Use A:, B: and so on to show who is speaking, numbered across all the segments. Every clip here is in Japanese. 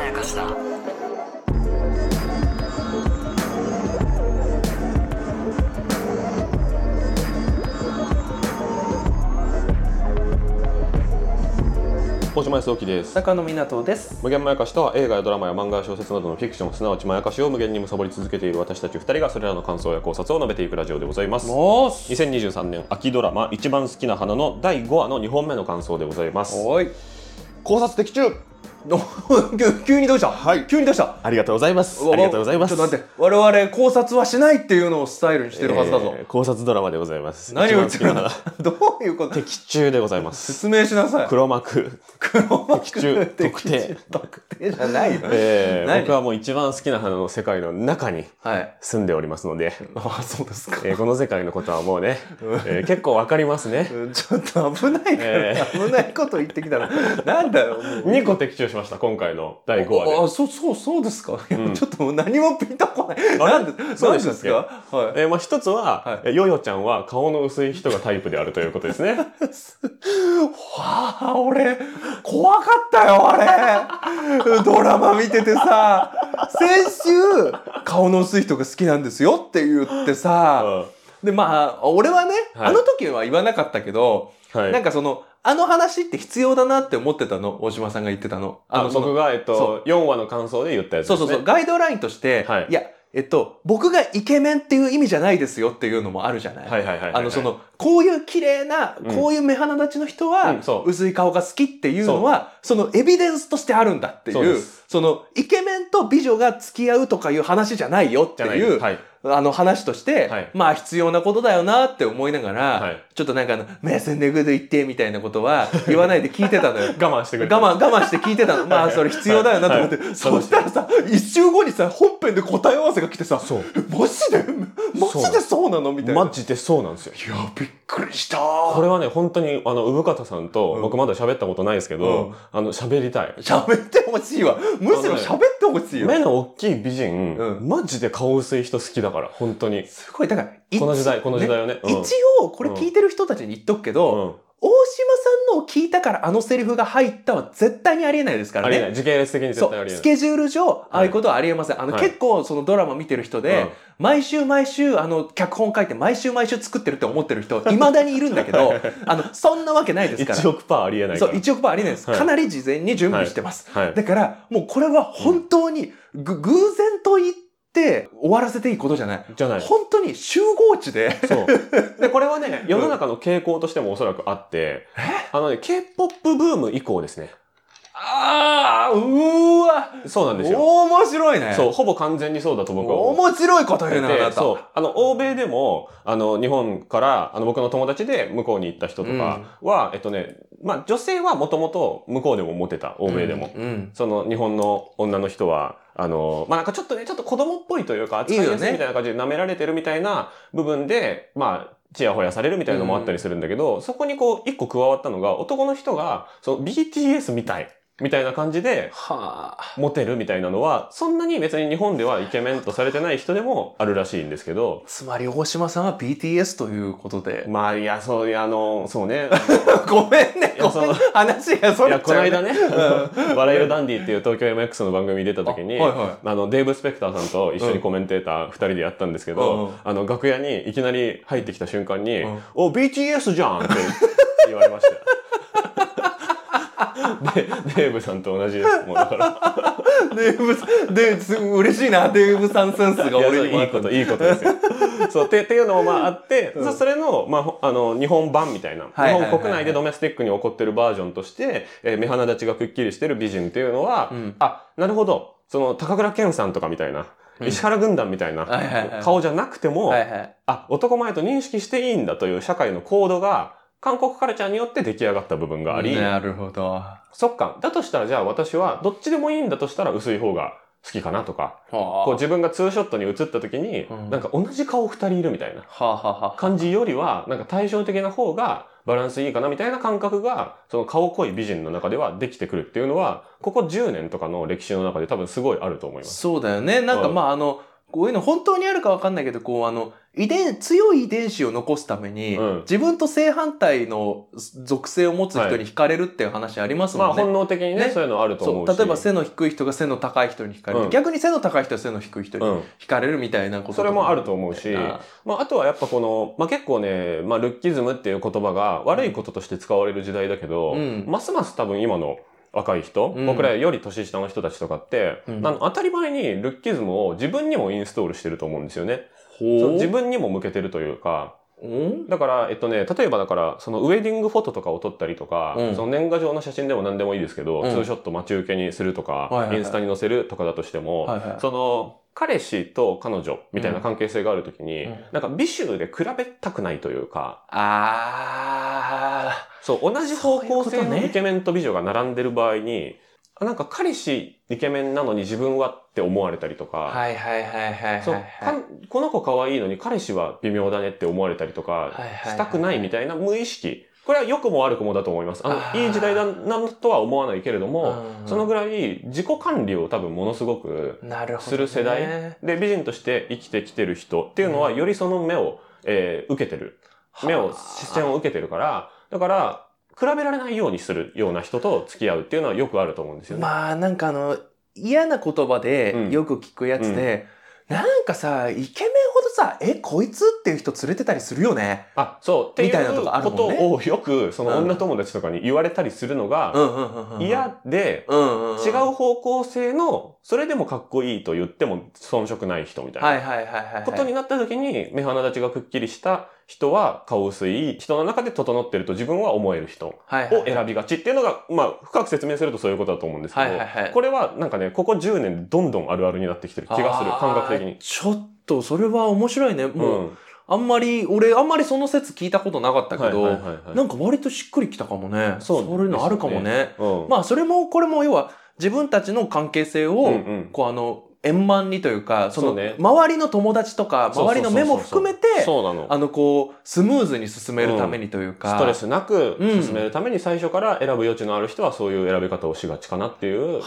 A: やかしだ
B: 大島康之です
C: 坂野湊です
B: 無限まやかしとは映画やドラマや漫画や小説などのフィクションすなわちまやかしを無限に貪り続けている私たち2人がそれらの感想や考察を述べていくラジオでございます
C: もーす
B: 2023年秋ドラマ「一番好きな花」の第5話の2本目の感想でございます
C: おい
B: 考察的中
C: お 急にどうした、はい、急にどうした
B: ありがとうございますありがとうございます
C: ちょっと待って我々考察はしないっていうのをスタイルにしてるはずだぞ、
B: えー考察ドラマでございます
C: 何を言っ
B: 一
C: て
B: 番
C: る
B: 好きな花
C: の どういうこと
B: 的中でございます
C: 説明しなさい
B: 黒幕
C: 黒幕
B: 的中特定
C: 特定じゃないよ
B: えー
C: 何
B: 僕はもう一番好きな花の世界の中に
C: はい
B: 住んでおりますので、
C: ああそうですか、
B: えーこの世界のことはもうね、えー結構わかりますね。
C: ちょっと危ないから、
B: え
C: 危ないこと言ってきたらなんだよもう
B: 2個的中しました、今回の第5
C: あ
B: 話
C: そうそうそうですか、いや
B: うん
C: ちょっともう何もピンとこない
B: あ
C: な
B: れ
C: んで
B: そ
C: そうう
B: でし
C: で
B: たっけ
C: すかはい
B: で。えーまあ一つは、
C: はい
B: えーヨヨちゃんは顔の薄い人がタイプであるということ ですね。
C: はあ、俺、怖かったよ、あれ。ドラマ見ててさ、先週、顔の薄い人が好きなんですよって言ってさ、
B: う
C: で、まあ、俺はね、
B: はい
C: あの時は言わなかったけど、
B: んはい、
C: なんかその、あの話って必要だなって思ってたの、大島さんが言ってたの。
B: あ
C: あの、そ
B: 僕
C: の、
B: が、えっ
C: そ
B: と、4話の感想で言ったやつで
C: そ
B: す、ね。
C: うそうそう、ガイドラインとして、
B: はい
C: や、えっと、僕がイケメンっていう意味じゃないですよっていうのもあるじゃない。
B: はいはいはいはいはい
C: あのそのこういう綺麗な
B: うん
C: こういう目鼻立ちの人は
B: うんそう
C: 薄い顔が好きっていうのはそのエビデンスとしてあるんだってい
B: そうで
C: う
B: す
C: そのイケメンと美女が付き合うとかいう話じゃないよって
B: じゃないいうはい。
C: あの話として
B: はい
C: まあ必要なことだよなって思いなが
B: は
C: ら
B: い。
C: ちょっとなんかあの「目線でぐで言って」みたいなことは言わないで聞いてたのよ
B: 我慢してく
C: 我
B: れた
C: 慢我慢して聞いてたのまあそれ必要だよなと思って、
B: はいはい
C: そしたらさ一週後にさ本編で答え合わせが来てさ
B: そう
C: えマジでマジでそうなのみたいな
B: マジでそうなんですよ。
C: いや、びっくりした
B: これはね、本当に、あの、産方さんと、
C: うん
B: 僕まだ喋ったことないですけど、
C: うん
B: あの、喋りたい。
C: 喋ってほしいわ。むしろ喋ってほしい
B: 目
C: よ。
B: の大きい美人、
C: う
B: マジで顔薄い人好きだから、本当に。
C: すごい、だから、一
B: この時代、この時代をね。うん
C: 一応、これ聞いてる人たちに言っとくけど、
B: うん
C: 大島さんのを聞いたからあのセリフが入ったは絶対にありえないですから
B: ありえない。
C: ね。
B: 時系列的に絶
C: そ
B: 対あ
C: う、
B: りえ
C: ス
B: ない。
C: ケジュール上、ああいうことはありえません。あの、
B: はい
C: 結構そのドラマ見てる人で、毎週毎週、あの、脚本書いて毎週毎週作ってるって思ってる人、未だにいるんだ けど、あの、そんなわけないですから。
B: 1億パーありえないか
C: そう、
B: ら。
C: 1億パーありえないです。
B: はい
C: かなり事前に準備してます。
B: はい。
C: だから、もうこれは本当に、ぐ偶然と言って終わらせていいことじゃない。
B: じゃない。
C: 本当に集合地で、
B: そう。で、これはね、 世の中の傾向としてもおそらくあって、あのね、K-POP ブーム以降ですね。
C: ああ、うーわ、
B: そうなんですよ。
C: 面白いね。
B: そう、ほぼ完全にそうだと僕は思う。
C: 面白いこと言うな、あな
B: で
C: た。
B: そう。あの、欧米でも、あの、日本から、あの、僕の友達で向こうに行った人とかは、えっとね、まあ、女性はもともと向こうでもモテた、欧米でも。
C: うん。うん
B: その、日本の女の人は、あの、まあ、なんかちょっとね、ちょっと子供っぽいというか、扱いやすいみたいな感じで舐められてるみたいな部分で、まあ、ちやほやされるみたいなのもあったりするんだけど、そこにこう、一個加わったのが、男の人が、その、BTS みたい、みたいな感じで、
C: はあ。
B: モテるみたいなのは、そんなに別に日本ではイケメンとされてない人でもあるらしいんですけど、
C: つまり、大島さんは BTS ということで。
B: まあ、いや、そう、いや、あの、そうね。
C: ごめんね、
B: いや
C: ご
B: そ
C: めん
B: の
C: ね。話がそ
B: い
C: れ
B: や、この間
C: ね。
B: ね、笑えるダンディっていう東京 MX の番組に出た時に、
C: あはいはい
B: あの、デーブ・スペクターさんと一緒にコメンテーター2人でやったんですけど、
C: うん
B: あの、楽屋にいきなり入ってきた瞬間に、
C: うん
B: お、BTS じゃんって言われましたよ。 で、デーブさんと同じです。もうだ から、
C: デーブさん、です嬉しいな、デーブさんセンスが
B: いや
C: 俺
B: そう
C: にも
B: い
C: あ
B: い
C: った
B: こと、いいことです よ。そう、ってっていうのもまああって、
C: うん
B: そそれの、まあほ、あの、日本版みたいな、
C: はいはいはい
B: 日本国内でドメスティックに起こってるバージョンとして、えー目鼻立ちがくっきりしてる美人っていうのは、
C: うん
B: あ、なるほど、その、高倉健さんとかみたいな、
C: うん
B: 石原軍団みたいな、
C: はいはいはい
B: 顔じゃなくても、
C: はいはい。
B: あ、男前と認識していいんだという社会のコードが、韓国カルチャーによって出来上がった部分があり、
C: なるほど。は
B: そっか、だとしたらじゃあ私はどっちでもいいんだとしたら薄い方が好きかなとか、
C: あは
B: こう自分がツーショットに映った時に、
C: うん
B: なんか同じ顔2人いるみたいな
C: あはあはあ。
B: 感じよりは、なんか対照的な方がバランスいいかなみたいな感覚が、その顔濃い美人の中ではできてくるっていうのは、ここ10年とかの歴史の中で多分すごいあると思います。
C: そうだよね。なんか、
B: うん
C: まあ、あの、こういうの本当にあるかわかんないけど、こう、あの、遺伝、強い遺伝子を残すために、
B: うん
C: 自分と正反対の属性を持つ人に惹かれるっていう話あります
B: ま
C: も
B: あ
C: んね。
B: 本能的にね
C: ね
B: そういうのあると
C: そ
B: 思
C: う
B: うし
C: 例えば背の低い人が背の高い人に惹かれる、
B: うん
C: 逆に背の高い人は背の低い人に
B: うん
C: 惹かれるみたいなことと
B: それもあると思うし、
C: あ
B: まあ、あとはやっぱこの、まあ、結構ね、まあ、ルッキズムっていう言葉が悪いこととして使われる時代だけど、
C: うん
B: ますます多分今の若い人、
C: うん
B: 僕らより年下の人たちとかって、
C: うん
B: あの当たり前にルッキズムを自分にもインストールしてると思うんですよね。
C: ほ
B: そう
C: う
B: 自分にも向けてるというか、
C: うん
B: だから、えっとね、例えばだから、そのウェディングフォトとかを撮ったりとか、
C: うん
B: その年賀状の写真でも何でもいいですけど、
C: うん
B: ツーショット待ち受けにするとか、
C: はいはいはい
B: インスタに載せるとかだとしても、
C: はいはい
B: その、彼氏と彼女みたいな関係性があるときに、
C: うん
B: なんか美醜で比べたくないというか、
C: あ
B: そう、同じ方向
C: そうい
B: 性
C: うこと
B: の
C: ね
B: イケメンと美女が並んでる場合に、あなんか彼氏イケメンなのに自分はって思われたりとか、
C: ーはいはいはいはい
B: そう、
C: はいはい
B: かんこの子可愛いのに彼氏は微妙だねって思われたりとか
C: はいはいはい
B: したくないみたいな無意識。これは良くも悪くもだと思います。あの
C: あ、ー
B: いい時代だなとは思わないけれども、
C: うん
B: そのぐらい自己管理を多分ものすごく、
C: なるほど、ね、
B: する世代で、美人として生きてきてる人っていうのは、
C: うん
B: よりその目を、えー受けてる。目を、視線を受けてるから、だから、比べられないようにするような人と付き合うっていうのはよくあると思うんですよね。
C: まあなんかあの嫌な言葉
B: う
C: で
B: ん
C: よく聞くやつで、なんかさイケメンほどさ「えこいつ?」っていう人連れてたりするよね。
B: あ、そう、ってい
C: みたいなと
B: う
C: こある
B: こ
C: も
B: と
C: んね
B: をよく、その
C: うん
B: 女友達とかに言われたりするのが、
C: んうんうんうん
B: 嫌で、
C: うんうんうん、
B: 違う方向性の、それでもかっこいいと言っても遜色ない人みたい
C: は
B: ない
C: はいはいはい、はい、
B: ことになった時に、目鼻立ちがくっきりした人は顔薄い、人の中で整ってると自分は思える人を
C: はいはいはい
B: 選びがちっていうのが、まあ、深く説明するとそういうことだと思うんですけ
C: はいはいはい
B: ど、これはなんかね、ここ10年でどんどんあるあるになってきてる気がする、
C: あー
B: 感覚的に。
C: ちょっとそれは面白いね
B: う
C: もう、
B: ん。
C: あんまり俺あんまりその説聞いたことなかったけど、
B: はいはいはいはい
C: なんか割としっくりきたかもね
B: そう
C: そういうのあるかも
B: で
C: ね
B: うん。
C: まあそれもこれも要は自分たちの関係性を、
B: うんうん
C: こうあの円満にというかそ
B: そ
C: の
B: うね
C: 周りの友達とか
B: そう
C: 周
B: そうそ
C: りの
B: うそう
C: 目も含めて
B: そうなの。
C: あのこうスムーズに進めるためにというか、
B: ストレスなく
C: うん
B: 進めるために最初から選ぶ余地のある人はそういう選び方をしがちかなっていう。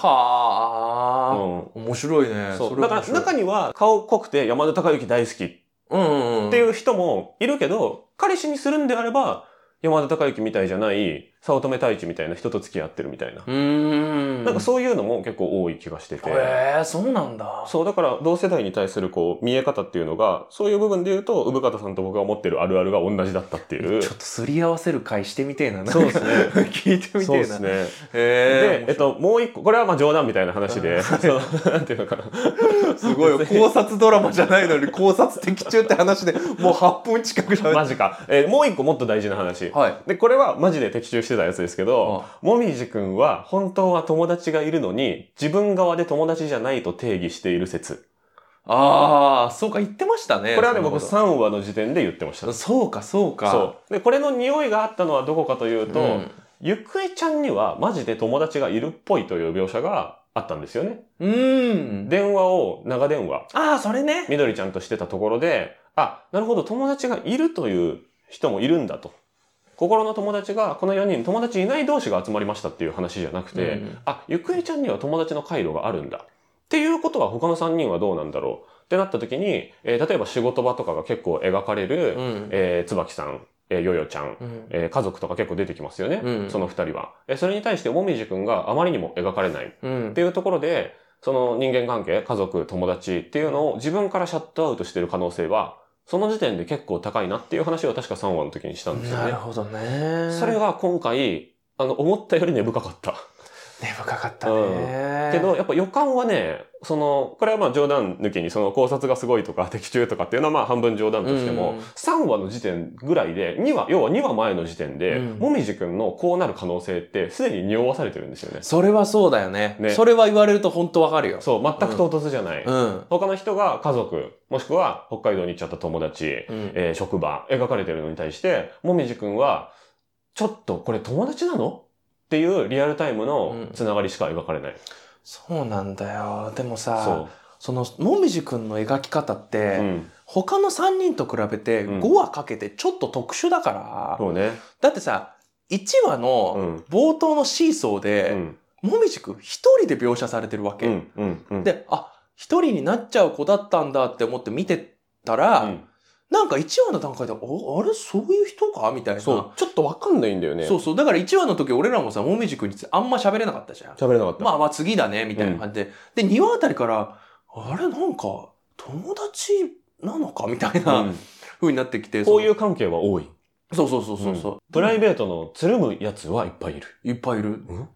B: う
C: はあ、
B: ん
C: 面白いね
B: そう
C: れ
B: だ
C: は
B: から
C: 面白い
B: 中には顔濃くて山田孝之大好きっ
C: うんうんうん、
B: ていう人もいるけど、彼氏にするんであれば山田孝之みたいじゃない早乙女太一みたいな人と付き合ってるみたいな、
C: うーん
B: なんかそういうのも結構多い気がしてて、
C: へえそうなんだ
B: そうだから同世代に対するこう見え方っていうのがそういう部分で言うと産方さんと僕が持ってるあるあるが同じだったっていう
C: ちょっとすり合わせる会してみてえななんか
B: そうですね
C: 聞いてみ
B: そう
C: てえ
B: で
C: な
B: すね
C: へ
B: で、え
C: え
B: っと、もう一個、これはまあ冗談みたいな話で、 その、なんていうのかな。
C: すごい考察ドラマじゃないのに考察的中って話でもう8分近くしゃべっ
B: マジか。えーもう一個もっと大事な話。
C: はい
B: で、これはマジで的中してたやつですけど、もみじくんは本当は友達がいるのに、自分側で友達じゃないと定義している説。
C: ああそうか言ってましたね
B: これはね、
C: そんな
B: 僕
C: と
B: 3話の時点で言ってました。
C: そうかそうか
B: そう。で、これの匂いがあったのはどこかというと、
C: うん
B: ゆくえちゃんにはマジで友達がいるっぽいという描写があったんですよね。
C: うーん
B: 電話を長電話。
C: ああそれね
B: みどりちゃんとしてたところで、あ、なるほど、友達がいるという人もいるんだと。心の友達が、この4人、友達いない同士が集まりましたっていう話じゃなくて、
C: うん
B: あ、ゆくえちゃんには友達の回路があるんだ。っていうことは他の3人はどうなんだろうってなった時に、えー例えば仕事場とかが結構描かれる、
C: うん
B: えー椿さん、えーよよちゃん、
C: うん
B: えー家族とか結構出てきますよね、
C: うん
B: その2人は。えーそれに対して、もみじくんがあまりにも描かれない。
C: うん
B: っていうところで、その人間関係、家族、友達っていうのを自分からシャットアウトしてる可能性は、その時点で結構高いなっていう話を確か3話の時にしたんですよ
C: なる
B: ね。
C: ほどね
B: それが今回、あの、思ったより根深かった。
C: 根深かったね
B: けど、やっぱ予感はね、その、これはまあ冗談抜きに、その考察がすごいとか、的中とかっていうのはまあ半分冗談として
C: うん
B: も、3話の時点ぐらいで、2話、要は2話前の時点で、
C: うん
B: もみじくんのこうなる可能性って、すでに匂わされてるんですよね。
C: それはそうだよね
B: ね
C: それは言われると本当わかるよ
B: そう、全く唐突じゃない。
C: うん
B: 他の人が家族、もしくは北海道に行っちゃった友達、
C: うん
B: えー職場、描かれてるのに対して、もみじくんは、ちょっとこれ友達なのっていうリアルタイムのつながりしか描かれない。
C: そうなんだよでもさ
B: そ
C: そのもみじくんの描き方っ
B: う。
C: て、
B: うん。
C: 他の3人と比べて
B: うん
C: 5話かけてちょっと特殊だから、
B: そうね。
C: だってさ1話
B: う
C: の
B: ん。
C: 冒頭のシーソー
B: う
C: で、
B: ん。
C: もみじくん1人で描写されてるわけ、
B: うん。うん。うん、
C: であ1人になっちゃう子だったんだって思って見てたら、
B: うん
C: なんか1話の段階で、おあれそういう人かみたいな。
B: そう、ちょっとわかんないんだよね。
C: そうそう。だから1話の時俺らもさ、もみじくんについてあんま喋れなかったじゃん。
B: 喋れなかった。
C: まあまあ次だね、みたいな感じで。で、2話あたりから、あれなんか、友達なのかみたいな
B: うん
C: 風になってきて。
B: 交
C: う。
B: 友関係は多い。
C: そうそうそうそうそう。
B: プライベートのつるむやつはいっぱいいる。
C: いっぱいいる。
B: うん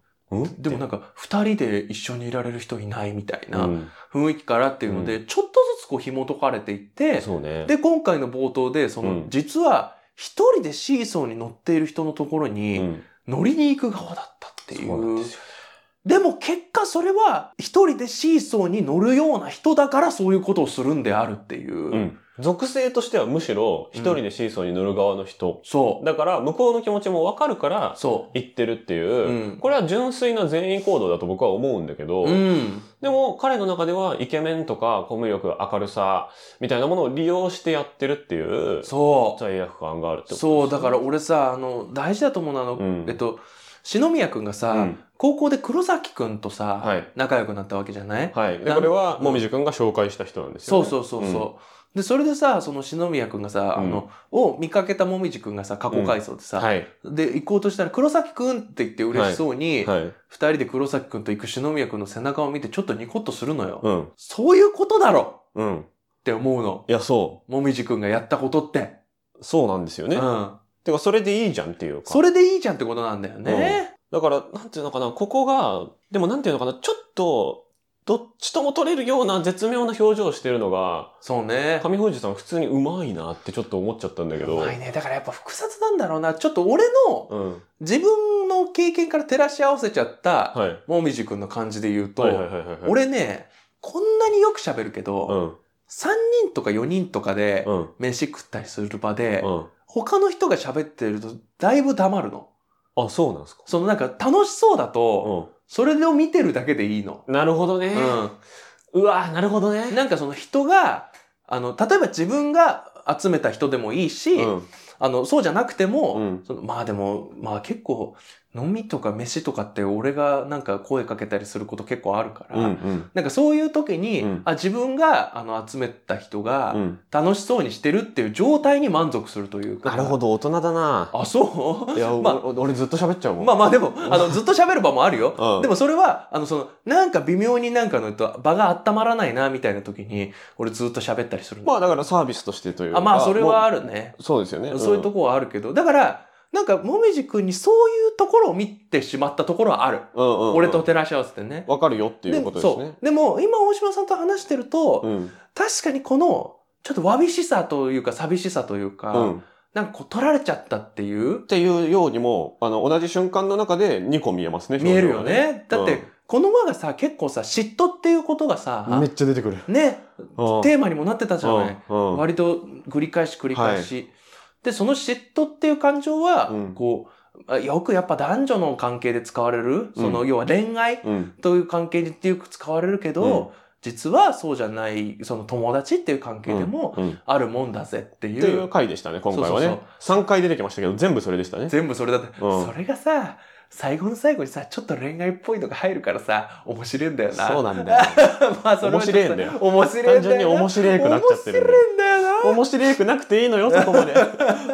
C: でもなんか、二人で一緒にいられる人いないみたいな
B: うん
C: 雰囲気からっていうので、ちょっとずつこう紐解かれていって、
B: そうね。
C: で、今回の冒頭で、その、
B: うん
C: 実は、一人でシーソーに乗っている人のところに、
B: うん
C: 乗りに行く側だったってい
B: そう
C: う。
B: なんで
C: です
B: よ
C: も結果それは、一人でシーソーに乗るような人だからそういうことをするんであるっていう。
B: うん属性としてはむしろ一人でシーソーに乗る側の人。
C: そ
B: だから、向こうの気持ちもわかるか
C: う。
B: ら、
C: そ。
B: 言ってるっていうう。これは純粋な善意行動だと僕は思うんだけど、
C: うん。
B: でも彼の中ではイケメンとかコミュ力、明るさみたいなものを利用してやってるっていう
C: そう。
B: 罪悪感があるってこと
C: そう、だから俺さ、あの、大事だと思うのは、あの、
B: うん
C: えっと、篠宮くんがさ、
B: うん
C: 高校で黒崎くんとさ、
B: はい
C: 仲良くなったわけじゃない、
B: はい。で、
C: なん
B: これは、もみじくんが紹介した人なんですよ、
C: そう
B: ね。
C: そうそうそう。で、それでさ、その篠宮くんがさ、あの、を見かけたもみじくんがさ、過去回想でさ、
B: はい。
C: で、行こうとしたら、黒崎くんって言って嬉しそうに、
B: はい。
C: 二人で黒崎くんと行く篠宮くんの背中を見てちょっとニコッとするのよ。
B: うん。
C: そういうことだろ
B: うん。
C: って思うの。
B: いや、そ
C: もみじくんがやったことって。
B: う。そうなんですよね。
C: うん。
B: てか、それでいいじゃんっていうか。
C: それでいいじゃんってことなんだよね。
B: だから、なんていうのかな、ここが、でもなんていうのかな、ちょっと、どっちとも取れるような絶妙な表情をしてるのが、
C: そうね。
B: 上藤さん普通にうまいなってちょっと思っちゃったんだけ
C: う
B: ど。
C: まいね。だからやっぱ複雑なんだろうな。ちょっと俺の
B: うん。
C: 自分の経験から照らし合わせちゃった、
B: はい。
C: もみじくんの感じで言うと、
B: はいはいはいはいはい。、
C: 俺ね、こんなによく喋るけど、
B: うん。
C: 3人とか4人とかで
B: うん。
C: 飯食ったりする場で、
B: うん。
C: 他の人が喋ってるとだいぶ黙るの。
B: あ、そうなんですか。
C: そのなんか楽しそうだと、
B: う
C: それを見てるだけでいいの。
B: ん。なるほどね。うわなるほど
C: う
B: ね
C: ん。。なんかその人が、あの、例えば自分が集めた人でもいいし、
B: うん。
C: あの、そうじゃなくても、
B: うん
C: そのまあでも、まあ結構、飲みとか飯とかって俺がなんか声かけたりすること結構あるから、
B: うん。うん。
C: なんかそういう時に、
B: うん
C: あ、自分があの集めた人
B: う
C: が
B: ん。
C: 楽しそうにしてるっていう状態に満足するというか。
B: なるほ
C: ど。
B: ど、大人だな。
C: あ、そう
B: いや、
C: まあ
B: お俺ずっと喋っちゃうもん。
C: まあまあでも、あの、ずっと喋る場もあるよ。
B: うん
C: でもそれは、あの、その、なんか微妙になんかのと場が温まらないな、みたいな時に、俺ずっと喋ったりするの。
B: まあだからサービスとしてという
C: あ、まあそれは
B: も
C: あるね。
B: うそうですよね。
C: そういうとこはあるけど、だから、なんか、もみじくんにそういうところを見てしまったところはある。
B: うん、うんうんうん
C: 俺と照らし合わせてね。
B: わかるよっていうことです
C: で
B: ね
C: そ。う。でも、今大島さんと話してると、
B: うん。
C: 確かにこの、ちょっとわびしさというか、寂しさというか、
B: うん。っ
C: なんかこう取られちゃったっていう、
B: ていうようにも、あの、同じ瞬間の中で2個見えますね。
C: 見えるよ
B: 表情が。
C: ね。だって、
B: うん
C: この輪がさ、結構さ、嫉妬っていうことがさ、
B: めっちゃ出てくる。
C: ね、
B: うん
C: テーマにもなってたじゃない。
B: うんうん
C: 割と繰り返し繰り返し。で、その嫉妬っていう感情は、
B: うん
C: こう、あよくやっぱ男女の関係で使われる、その、
B: う
C: 要は恋愛
B: うん。
C: という関係でよく使われるけど、実はそうじゃない、その友達っていう関係でも
B: うんうんっ
C: あるもんだぜってい
B: ていうう回でしたね、今回は
C: そうそう
B: ね。3回出てきましたけど、全部それでしたね。
C: 全部それだって、
B: うん
C: それがさ最後の最後にさちょっと恋愛っぽいのが入るからさ面白いんだよな
B: そうなんだよ。
C: まあそれはちょっ
B: 面
C: と
B: 白いんだよ
C: 面白いんだよ
B: 単純に面白くなっちゃってるん
C: 面
B: だよ
C: 白いんだよな
B: 面白くなくていいのよ、そこまで。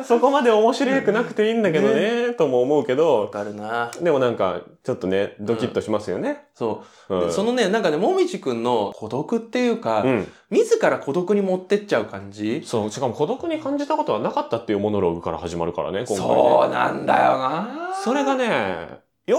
B: そこまで 面白くなくていいんだけどね、とも思うけど
C: わ、かるな
B: でもなんか、ちょっとね、ドキッとしますよね。
C: そう、
B: う
C: で
B: ん
C: そのねなんかねもみじくんの孤独っていうか、
B: うん。
C: 自ら孤独に持ってっちゃう感じ
B: そう、しかも孤独に感じたことはなかったっていうモノローグから始まるからね、今回ね。
C: そうなんだよな
B: それがね、よ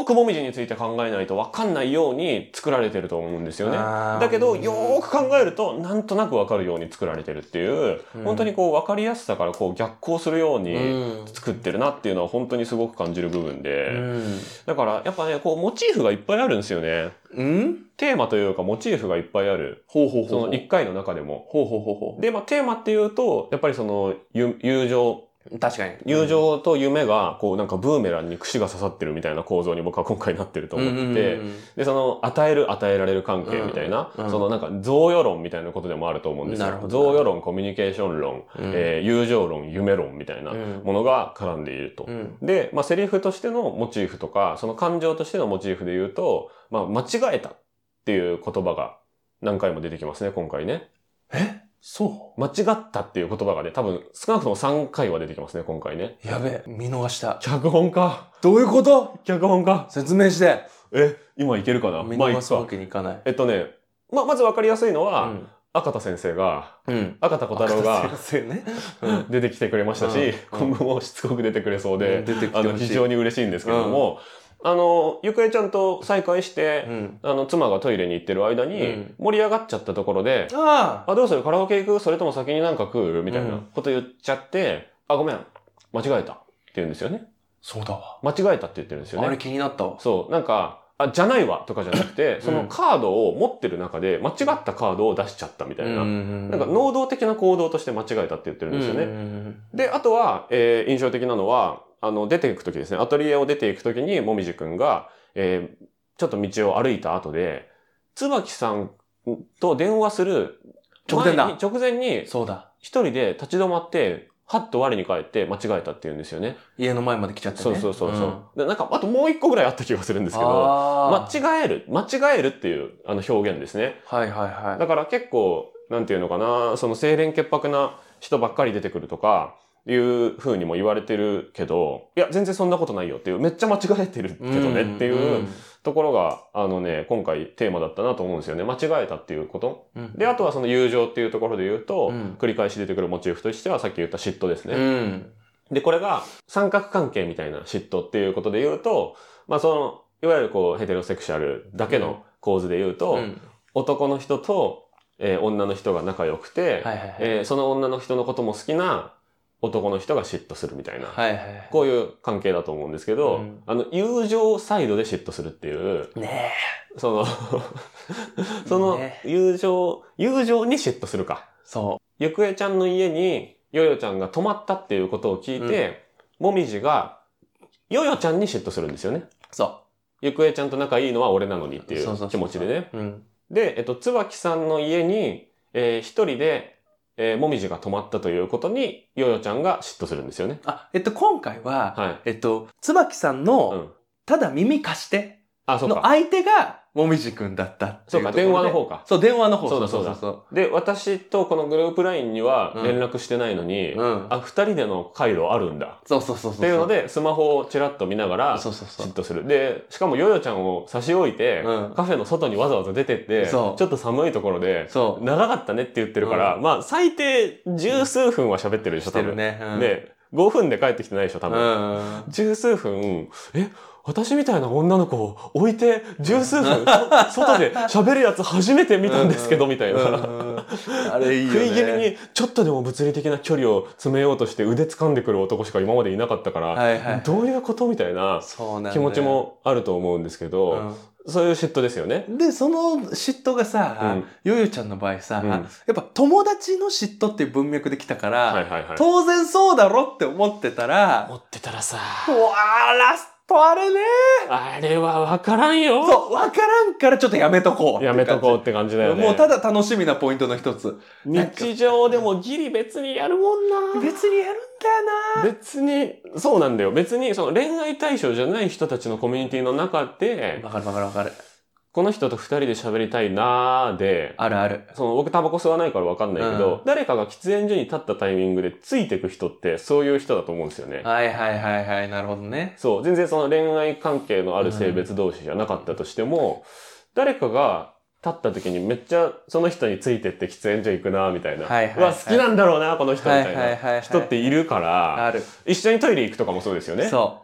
B: ーくもみじについて考えないと分かんないように作られてると思うんですよね。
C: あー
B: だけど、よーく考えると、なんとなく分かるように作られてるっていう、
C: うん
B: 本当にこう分かりやすさからこう逆行するように
C: うん
B: 作ってるなっていうのは本当にすごく感じる部分
C: う
B: で、
C: ん、
B: だからやっぱね、こうモチーフがいっぱいあるんですよね。
C: うん、
B: テーマというかモチーフがいっぱいある。
C: ほうほうほう
B: そ
C: ほ
B: の
C: う
B: 1回の中でも。
C: ほうほうほうほ
B: で、まあテーマっていうと、やっぱりそのゆ友情
C: う確かに
B: 友情と夢が、こうなんかブーメランに串が刺さってるみたいな構造に僕は今回なってると
C: と
B: 思ってて、で、その、与える、与えられる関係みたいな、
C: うんうん
B: そのなんか、贈与論みたいなことでもあると思うんです
C: なるほ
B: よ。
C: ど
B: 贈与論、コミュニケーション論、
C: うん
B: えー友情論、夢論みたいな
C: うん
B: ものが絡んでいると。
C: うん
B: で、まあ、セリフとしてのモチーフとか、その感情としてのモチーフで言うと、まあ、間違えたっていう言葉が何回も出てきますね、今回ね。
C: えそ
B: 間違ったっていう言葉がね、多分少なくとも3回は出てきますね、今回ね。
C: う。やべえ、見逃した。
B: 脚本か。
C: どういうこと
B: 脚本か。
C: 説明して。
B: え、今いけるかな
C: 見
B: まあ、い
C: 逃
B: っ
C: すわ
B: か。
C: けにいかない。
B: えっとね、まあ、まずわかりやすいの
C: う
B: は、
C: ん。
B: 赤田先生が、
C: うん。
B: 赤田小太郎
C: 赤田
B: が
C: 先生ね。
B: 出てきてくれましたし、
C: うんうん
B: 今後もしつこく出てくれそう
C: う
B: で
C: ん、出てきて
B: あの、
C: ほしい。
B: 非常に嬉しいんですけれども、あの、ゆくえちゃんと再会して、
C: うん。
B: あの、妻がトイレに行ってる間
C: う
B: に
C: ん、
B: 盛り上がっちゃったところで、
C: ああ。
B: あ、どうするカラオケ行くそれとも先になんか食うみたいうなんこと言っちゃって、あ、ごめん、間違えたって言うんですよね。
C: そうだわ。
B: 間違えたって言ってるんですよ
C: あれ
B: ね。
C: 気になったわ。
B: そう、なんか、あ、じゃないわとかじゃなく て、そのカードを持ってる中で間違ったカードを出しちゃったみたいな。
C: ん
B: なんか、能動的な行動として間違えたって言ってるんですよね。
C: ね。
B: で、あとは、えー印象的なのは、あの、出ていくときですね、アトリエを出ていくときに、もみじくんが、えーちょっと道を歩いた後で、椿さんと電話する
C: 直前だ
B: 前に直前に、
C: そうだ。
B: 一人で立ち止まって、はっと我に返って間違えたっていうんですよね。
C: 家の前まで来ちゃってね。
B: そうそうそうそ
C: ん
B: う、で。なんか、あともう一個ぐらいあった気がするんですけど、間
C: ああ。
B: 違える、間違えるっていうあの表現ですね。
C: はいはいはい。
B: だから結構、なんていうのかな、その清廉潔白な人ばっかり出てくるとか、いう風にも言われてるけど、いや、全然そんなことないよっていう、めっちゃ間違えてるけどねっていううところが、あのね、今回テーマだったなと思うんですよね。間違えたっていうこと。
C: うん。
B: で、あとはその友情っていうところで言うと、
C: うん
B: 繰り返し出てくるモチーフとしては、さっき言った嫉妬ですね。
C: うん。
B: で、これが三角関係みたいな嫉妬っていうことで言うと、まあその、いわゆるこう、ヘテロセクシャルだけの構図で言うと、
C: うん
B: 男の人と、えー女の人が仲良くて、
C: はいはいはい。
B: えーその女の人のことも好きな男の人が嫉妬するみたいな、
C: はいはい。
B: こういう関係だと思うんですけど、
C: うん
B: あの、友情サイドで嫉妬するっていう、
C: ね
B: その、その
C: ね、
B: 友情、友情に嫉妬するか。
C: え。そ
B: ゆくえちゃんの家に、よよちゃんが泊まったっていうことを聞いて、もみじが、よよちゃんに嫉妬するんですよね。
C: う。そ
B: ゆくえちゃんと仲いいのは俺なのにってい
C: そうそうそうう
B: 気持ちでね。
C: う。うん。
B: で、えっと、椿さんの家に、えー一人で、えーもみじが泊まったということに、よよちゃんが嫉妬するんですよね。
C: あ、えっと、今回は、
B: はい。
C: えっと、椿さん
B: う
C: の、
B: ん。
C: ただ耳貸して、
B: あ、そう
C: の
B: か。
C: 相手が、もみじくんだったって
B: そ
C: いうう
B: か、
C: ところで
B: 電話の。方か。
C: そう、電話の方。
B: そうだそうだ
C: そう
B: で、私とこのグループラインには
C: うん
B: 連絡してないのに、
C: そう。うん。
B: あ、二人での回路あるんだ。
C: そうそうそうそう。っ
B: っていうの、で、スマホをちらっと見ながら、
C: そうそうそ
B: 嫉
C: う。
B: 妬する。で、しかもヨヨちゃんを差し置いて、
C: うん
B: カフェの外にわざわざ出てって、ちょ
C: そ
B: っ
C: う
B: と寒いところで、
C: そう。
B: 長かったねって言ってるから、
C: う
B: まあ最低十数分は喋ってるでしょ、
C: し
B: 多
C: てる
B: 分。
C: ね。うん、
B: で、5分で帰ってきてないでしょ、多
C: うん
B: 分。
C: うん。
B: 十数分、え、私みたいな女の子を置いて十数 分、そ外で喋るやつ初めて見たんですけど、みたいな。
C: あれいいよね。
B: 食い気味に、ちょっとでも物理的な距離を詰めようとして腕掴んでくる男しか今までいなかったから、
C: はいはい。
B: どういうことみたいな。
C: そうなんだ
B: 気
C: よ
B: 持ち、もあると思うんですけど、そういう嫉妬ですよね。
C: うんで、その嫉妬が
B: う
C: さ
B: ん、
C: ヨヨちゃんの場合さ、
B: うん
C: やっぱ友達の嫉妬っていう文脈で来たか
B: はい
C: ら、
B: はいはい。
C: 当然そうだろって思ってたら、
B: 持ってたらさ、
C: うわー、ラストあれね
B: あれはわからんよ。
C: そう、わからんからちょっとやめとこう。
B: やめとこうって感じだよね。
C: もうただ楽しみなポイントの一つ。
B: 日常でもギリ別にやるもんな。
C: 別にやるんだよな
B: 別に、そうなんだよ。別に、その恋愛対象じゃない人たちのコミュニティの中で、
C: わかるわかるわかる。
B: この人と二人で喋りたいなーで、
C: あるある。
B: その僕タバコ吸わないからわかんないけど、
C: うん
B: 誰かが喫煙所に立ったタイミングでついてく人ってそういう人だと思うんですよね。
C: はいはいはいはい、なるほどね。
B: そう、全然その恋愛関係のある性別同士じゃなかったとしても、誰かが立った時にめっちゃその人についてって喫煙所行くな、みたいな。
C: はいはいはいう
B: わ、好きなんだろうな、この人、み
C: はい
B: た
C: はいいはい
B: な
C: はい。
B: 人っているから、
C: ある。
B: 一緒にトイレ行くとかもそうですよね。
C: そ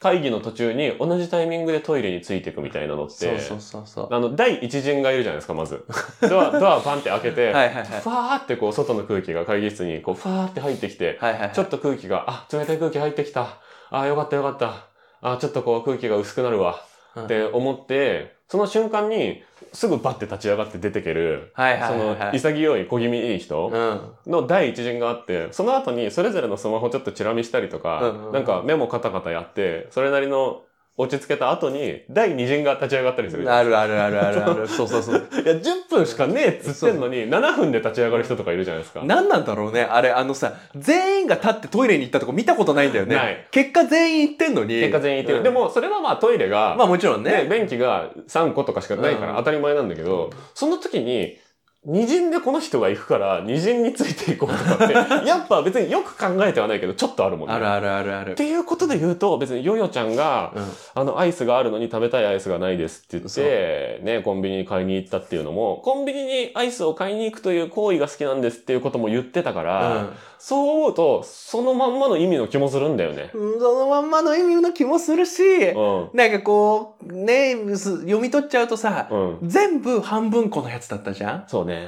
B: 会議の途中に同じタイミングでトイレについていくみたいなのっ
C: う。そう
B: て、
C: そうそうそう。
B: あの、第一陣がいるじゃないですか、ま ず。ドア、ドアパンって開けて、
C: はいはいはい。
B: ファーってこう、外の空気が会議室にこう、ファーって入ってきて、
C: はいはいは い。
B: ちょっと空気が、あ、冷たい空気入ってきた。あ、よかったよかった。あ、ちょっとこう空気が薄くなるわ。
C: うん
B: って思って、その瞬間にすぐバッて立ち上がって出てける、
C: はいは
B: そ
C: いはい
B: の
C: はい。
B: 潔い小気味いい人
C: うん。
B: の第一陣があって、その後にそれぞれのスマホちょっとチラ見したりと
C: うんうん
B: か
C: う、ん
B: なんか目もカタカタやって、それなりの落ち着けた後に第二陣が立ち上がったりする。いや、
C: あるあるあるあるある。 そうそうそう。
B: 10分しかねえっつってんのに、7分で立ち上がる人とかいるじゃないですか。
C: 何なんだろうねあれ、あのさ、全員が立ってトイレに行ったとこ見たことないんだよね。
B: ない
C: 結果全員行ってんのに。
B: 結果全員いて
C: う
B: る。
C: ん
B: で、も、それはまあトイレが、
C: まあもちろんね。
B: で、便器が3個とかしかないから
C: うん
B: 当たり前なんだけど、その時に、二陣でこの人が行くから、二陣についていこうとかって、 やっぱ別によく考えてはないけど、ちょっとあるもんね。
C: あるあるあるあ
B: っ
C: る。
B: ていうことで言うと、別にヨヨちゃんが、
C: うん
B: あの、アイスがあるのに食べたいアイスがないですって言っ
C: そ
B: て、ね、コンビニに買いに行ったっていうのも、コンビニにアイスを買いに行くという行為が好きなんですっていうことも言ってたから、そう思うと、そのまんまの意味の気もするんだよ ね。
C: うん、そのまんまの意味の気もするし、
B: うん。
C: なんかこう、ね、す読み取っちゃうとさ、
B: うん。
C: 全部半分このやつだったじゃん
B: そうね。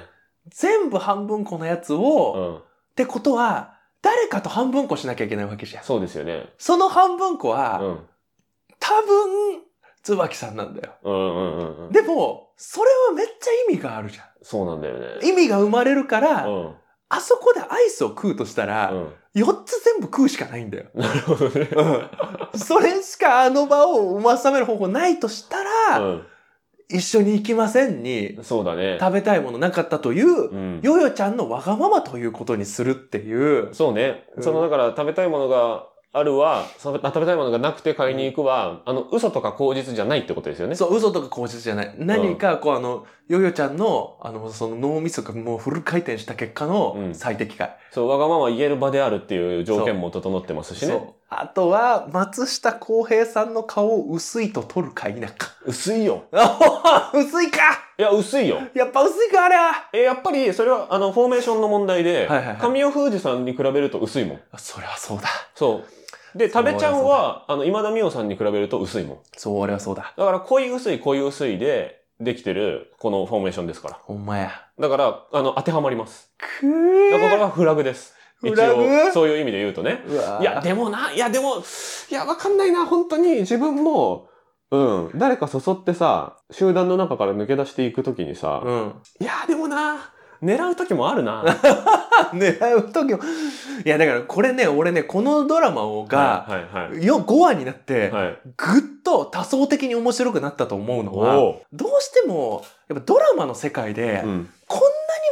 C: 全部半分このやつ
B: う
C: を、っ
B: ん。
C: てことは、誰かと半分こしなきゃいけないわけじゃん。
B: そうですよね。
C: その半分こ
B: う
C: は、
B: ん。
C: 多分、椿さんなんだよ。
B: うんうんうんうん。
C: でも、それはめっちゃ意味があるじゃ
B: そうなんだよね。
C: ん。意味が生まれるから、
B: うん。
C: あそこでアイスを食うとしたら、
B: うん。
C: 4つ全部食うしかないんだよ。
B: なるほどね。
C: それしかあの場を収める方法ないとしたら、一緒に行きませんに
B: う、ん。そうだね。
C: 食べたいものなかったという、
B: うん。
C: ヨヨちゃんのわがままということにするっていう。
B: そうね。
C: うん
B: その、だから食べたいものがあるは、そのあ食べたいものがなくて買いに行くは、あの、嘘とか口実じゃないってことですよね。
C: そう、嘘とか口実じゃない。何か、こう、あの、ヨヨちゃんの、あの、その脳みそがもうフル回転した結果
B: う
C: の
B: ん
C: 最適解。
B: そう、わがまま言える場であるっていう条件も整ってますし
C: そ
B: ね。
C: う。あとは、松下洸平さんの顔を薄いと取るか否か。
B: 薄いよ。
C: 薄いか
B: いや、薄いよ。
C: やっぱ薄いかあれは
B: え、やっぱり、それは、あの、フォーメーションの問題で、
C: はいはいはい
B: 神尾楓二さんに比べると薄いもん。
C: それはそうだ。
B: そう。で、
C: そう
B: 食
C: だ
B: べちゃんは、あの、今田美桜さんに比べると薄いもん。
C: そう、あれはそうだ。
B: だから、濃い薄い、濃い薄いで、できてる、このフォーメーションですから。
C: ほんまや。
B: だから、あの、当てはまります。
C: く
B: だから、これ
C: ー
B: はフラグです。一
C: フラグ
B: 応、そういう意味で言うとね。
C: うわー
B: いや、でもな、いや、でも、いや、わかんないな、本当に自分も、うん、誰か誘ってさ、集団の中から抜け出していくときにさ、
C: うん。
B: いや、でもな、狙うときもあるな。
C: 狙う時も。いや、だからこれね、俺ね、このドラマを が、
B: はいはい
C: よ5話になって、
B: はい。はい。
C: ぐっと多層的に面白くなったと思うのは、
B: お
C: どうしても、やっぱドラマの世界で
B: う、ん。
C: こん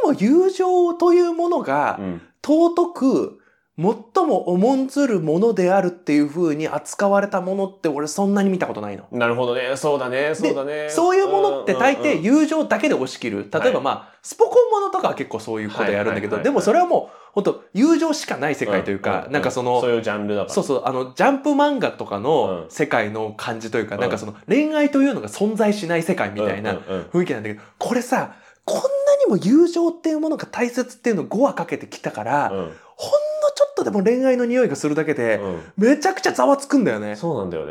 C: なにも友情というものが
B: う、ん。
C: 尊く、最も重んずるものであるっていう風に扱われたものって俺そんなに見たことないの。
B: なるほどね、そうだね、そうだね。
C: そういうものって大
B: うんうん
C: 抵
B: うん
C: 友情だけで押し切る。例えば
B: はい
C: まあ、スポコンものとかは結構そういうことやるんだけ
B: はいはいはい
C: ど、
B: はい
C: でもそれはもう、本当友情しかない世界という
B: う
C: か
B: う、
C: なんかそ
B: そ
C: の、
B: ういうジャンルだから。
C: そうそう、あの、ジャンプ漫画とかの
B: うん
C: 世界の感じというか、
B: うん
C: なんかその、恋愛というのが存在しない世界みたい
B: うん
C: な
B: うんうん
C: 雰囲気なんだけど、これさ、こんなにも友情っていうものが大切っていうのを5話かけてきたから、
B: うん
C: ほんのちょっとでも恋愛の匂いがするだけで、
B: う
C: めちゃくちゃざわつくんだよね
B: ん。。そうなんだよ
C: う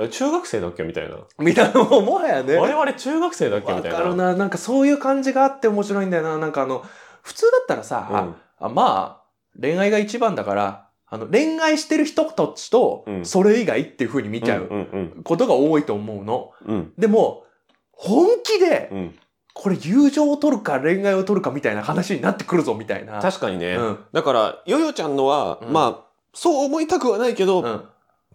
B: ね。
C: ん。
B: 中学生だっけみたいな。
C: みたいな、もうもはやね。
B: 我々中学生だっけ
C: わ
B: みたいな。
C: かるな。なんかそういう感じがあって面白いんだよな。なんかあの、普通だったらさ、あまあ、恋愛が一番だから、あの、恋愛してる人たちと
B: う、ん
C: それ以外っていう風に見
B: 見
C: ちゃ
B: うん
C: う
B: うん
C: ことが多いと思うの。
B: うん。
C: でも、本気で
B: う、ん。
C: これ友情を取るか恋愛を取るかみたいな話になってくるぞ、みたいな。
B: 確かにね。
C: うん。
B: だから、ヨヨちゃんのは、
C: うん
B: まあ、そう思いたくはないけど、
C: うん。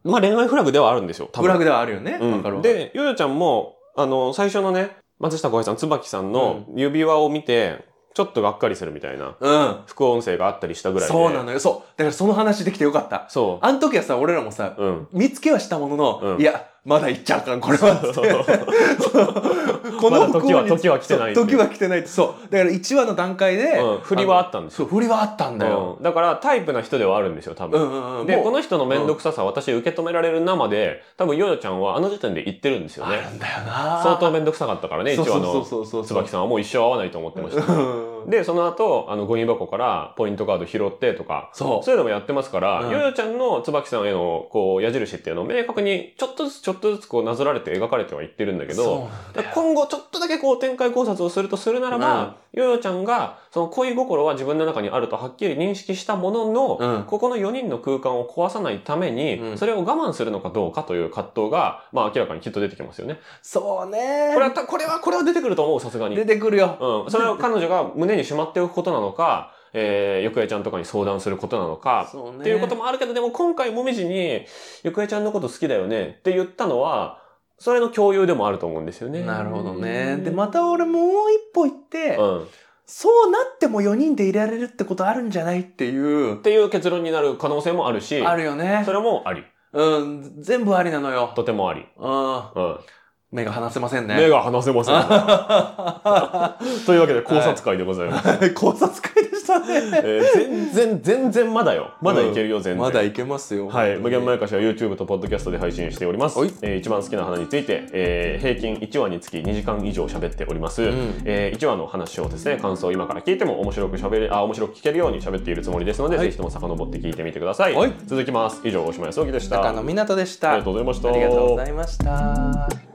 B: まあ恋愛フラグではあるんですよ。多
C: フ
B: 分
C: ラグではあるよね。
B: うん
C: わかるわかる。
B: で、ヨヨちゃんも、あの、最初のね、松下洸平さん、椿さんの指輪を見て、ちょっとがっかりするみたいな
C: うん。
B: 副音声があったりしたぐらいで。
C: そうなのよ。そう。だからその話できてよかった。
B: そ
C: あの時はさ、俺らもさ、
B: う。 うん。
C: 見つけはしたものの、
B: うん
C: いや、まだ行っちゃうから、これは。つってこ
B: まだ
C: 服
B: 時
C: を
B: は、
C: に
B: 時は来てないっていう。
C: 時は来てないってそう。だから1話の段階で、
B: うん振りはあったんですよ
C: そう、振りはあったんだよ。
B: うんだから、タイプな人ではあるんですよ、多
C: う
B: 分。
C: んうんうん。
B: で、
C: もう
B: この人の面倒くささ、私受け止められる生で、多分ヨヨちゃんはあの時点で言ってるんですよ
C: あ
B: ね
C: る。んだよな
B: 相当面倒くさかったからね、一応
C: そう
B: あ
C: そ
B: の
C: う、そうそうそう。
B: 椿さんはもう一生会わないと思ってました。
C: うん
B: で、その後、あの、ゴミ箱からポイントカード拾ってとか、
C: そ
B: そういうのもやってますから、
C: うん
B: ヨヨちゃんの椿さんへの、こう、矢印っていうのを明確に、ちょっとずつちょっとずつこう、なぞられて描かれてはいってるんだ
C: う。
B: け
C: そう
B: ど、
C: なん
B: だか
C: だ
B: ら
C: よ
B: 今後ちょっとだけこう、展開考察をするとするならば、ヨヨちゃんが、その恋心は自分の中にあるとはっきり認識したものの、
C: うん
B: ここの4人の空間を壊さないために、
C: うん
B: それを我慢するのかどうかという葛藤が、まあ明らかにきっと出てきますよね。
C: そうね
B: これはた、これは、これは出てくると思う、さすがに。
C: 出てくるよ。
B: うん。それは彼女が胸にしまっておくことなのか、えー、ゆくえちゃんとかに相談することなのか、
C: そうね。
B: っていうこともあるけど、でも今回もみじに、ゆくえちゃんのこと好きだよねって言ったのは、それの共有でもあると思うんですよね。
C: なるほどね。で、また俺もう一歩行って、
B: うん。っ
C: そうなっても4人でいられるってことあるんじゃないっていう、
B: ていう結論になる可能性もあるし、
C: あるよね
B: そ。れもあり。
C: うん、全部ありなのよ。
B: とてもあり。
C: うん。
B: うん。
C: 目が離せませんね。
B: 目が離せません。というわけで考察会でございます。
C: 考察会でしたね。
B: えー全然、全然まだよ。まだいけるよ、全然。
C: まだいけますよ。
B: はい、無限
C: 前
B: まやかしは YouTube と Podcast で配信しております
C: はい。
B: えー一番好きな花について、えー平均1話につき2時間以上喋っております。
C: ん
B: え1話の話をですね、感想を今から聞いても面白く喋れ、あ、面白く聞けるように喋っているつもりですので、
C: はい
B: ぜひとも遡って聞いてみてください。
C: はい
B: 続きます。以上、大島康之でした。
C: 高野湊でした。
B: ありがとうございました。
C: ありがとうございました。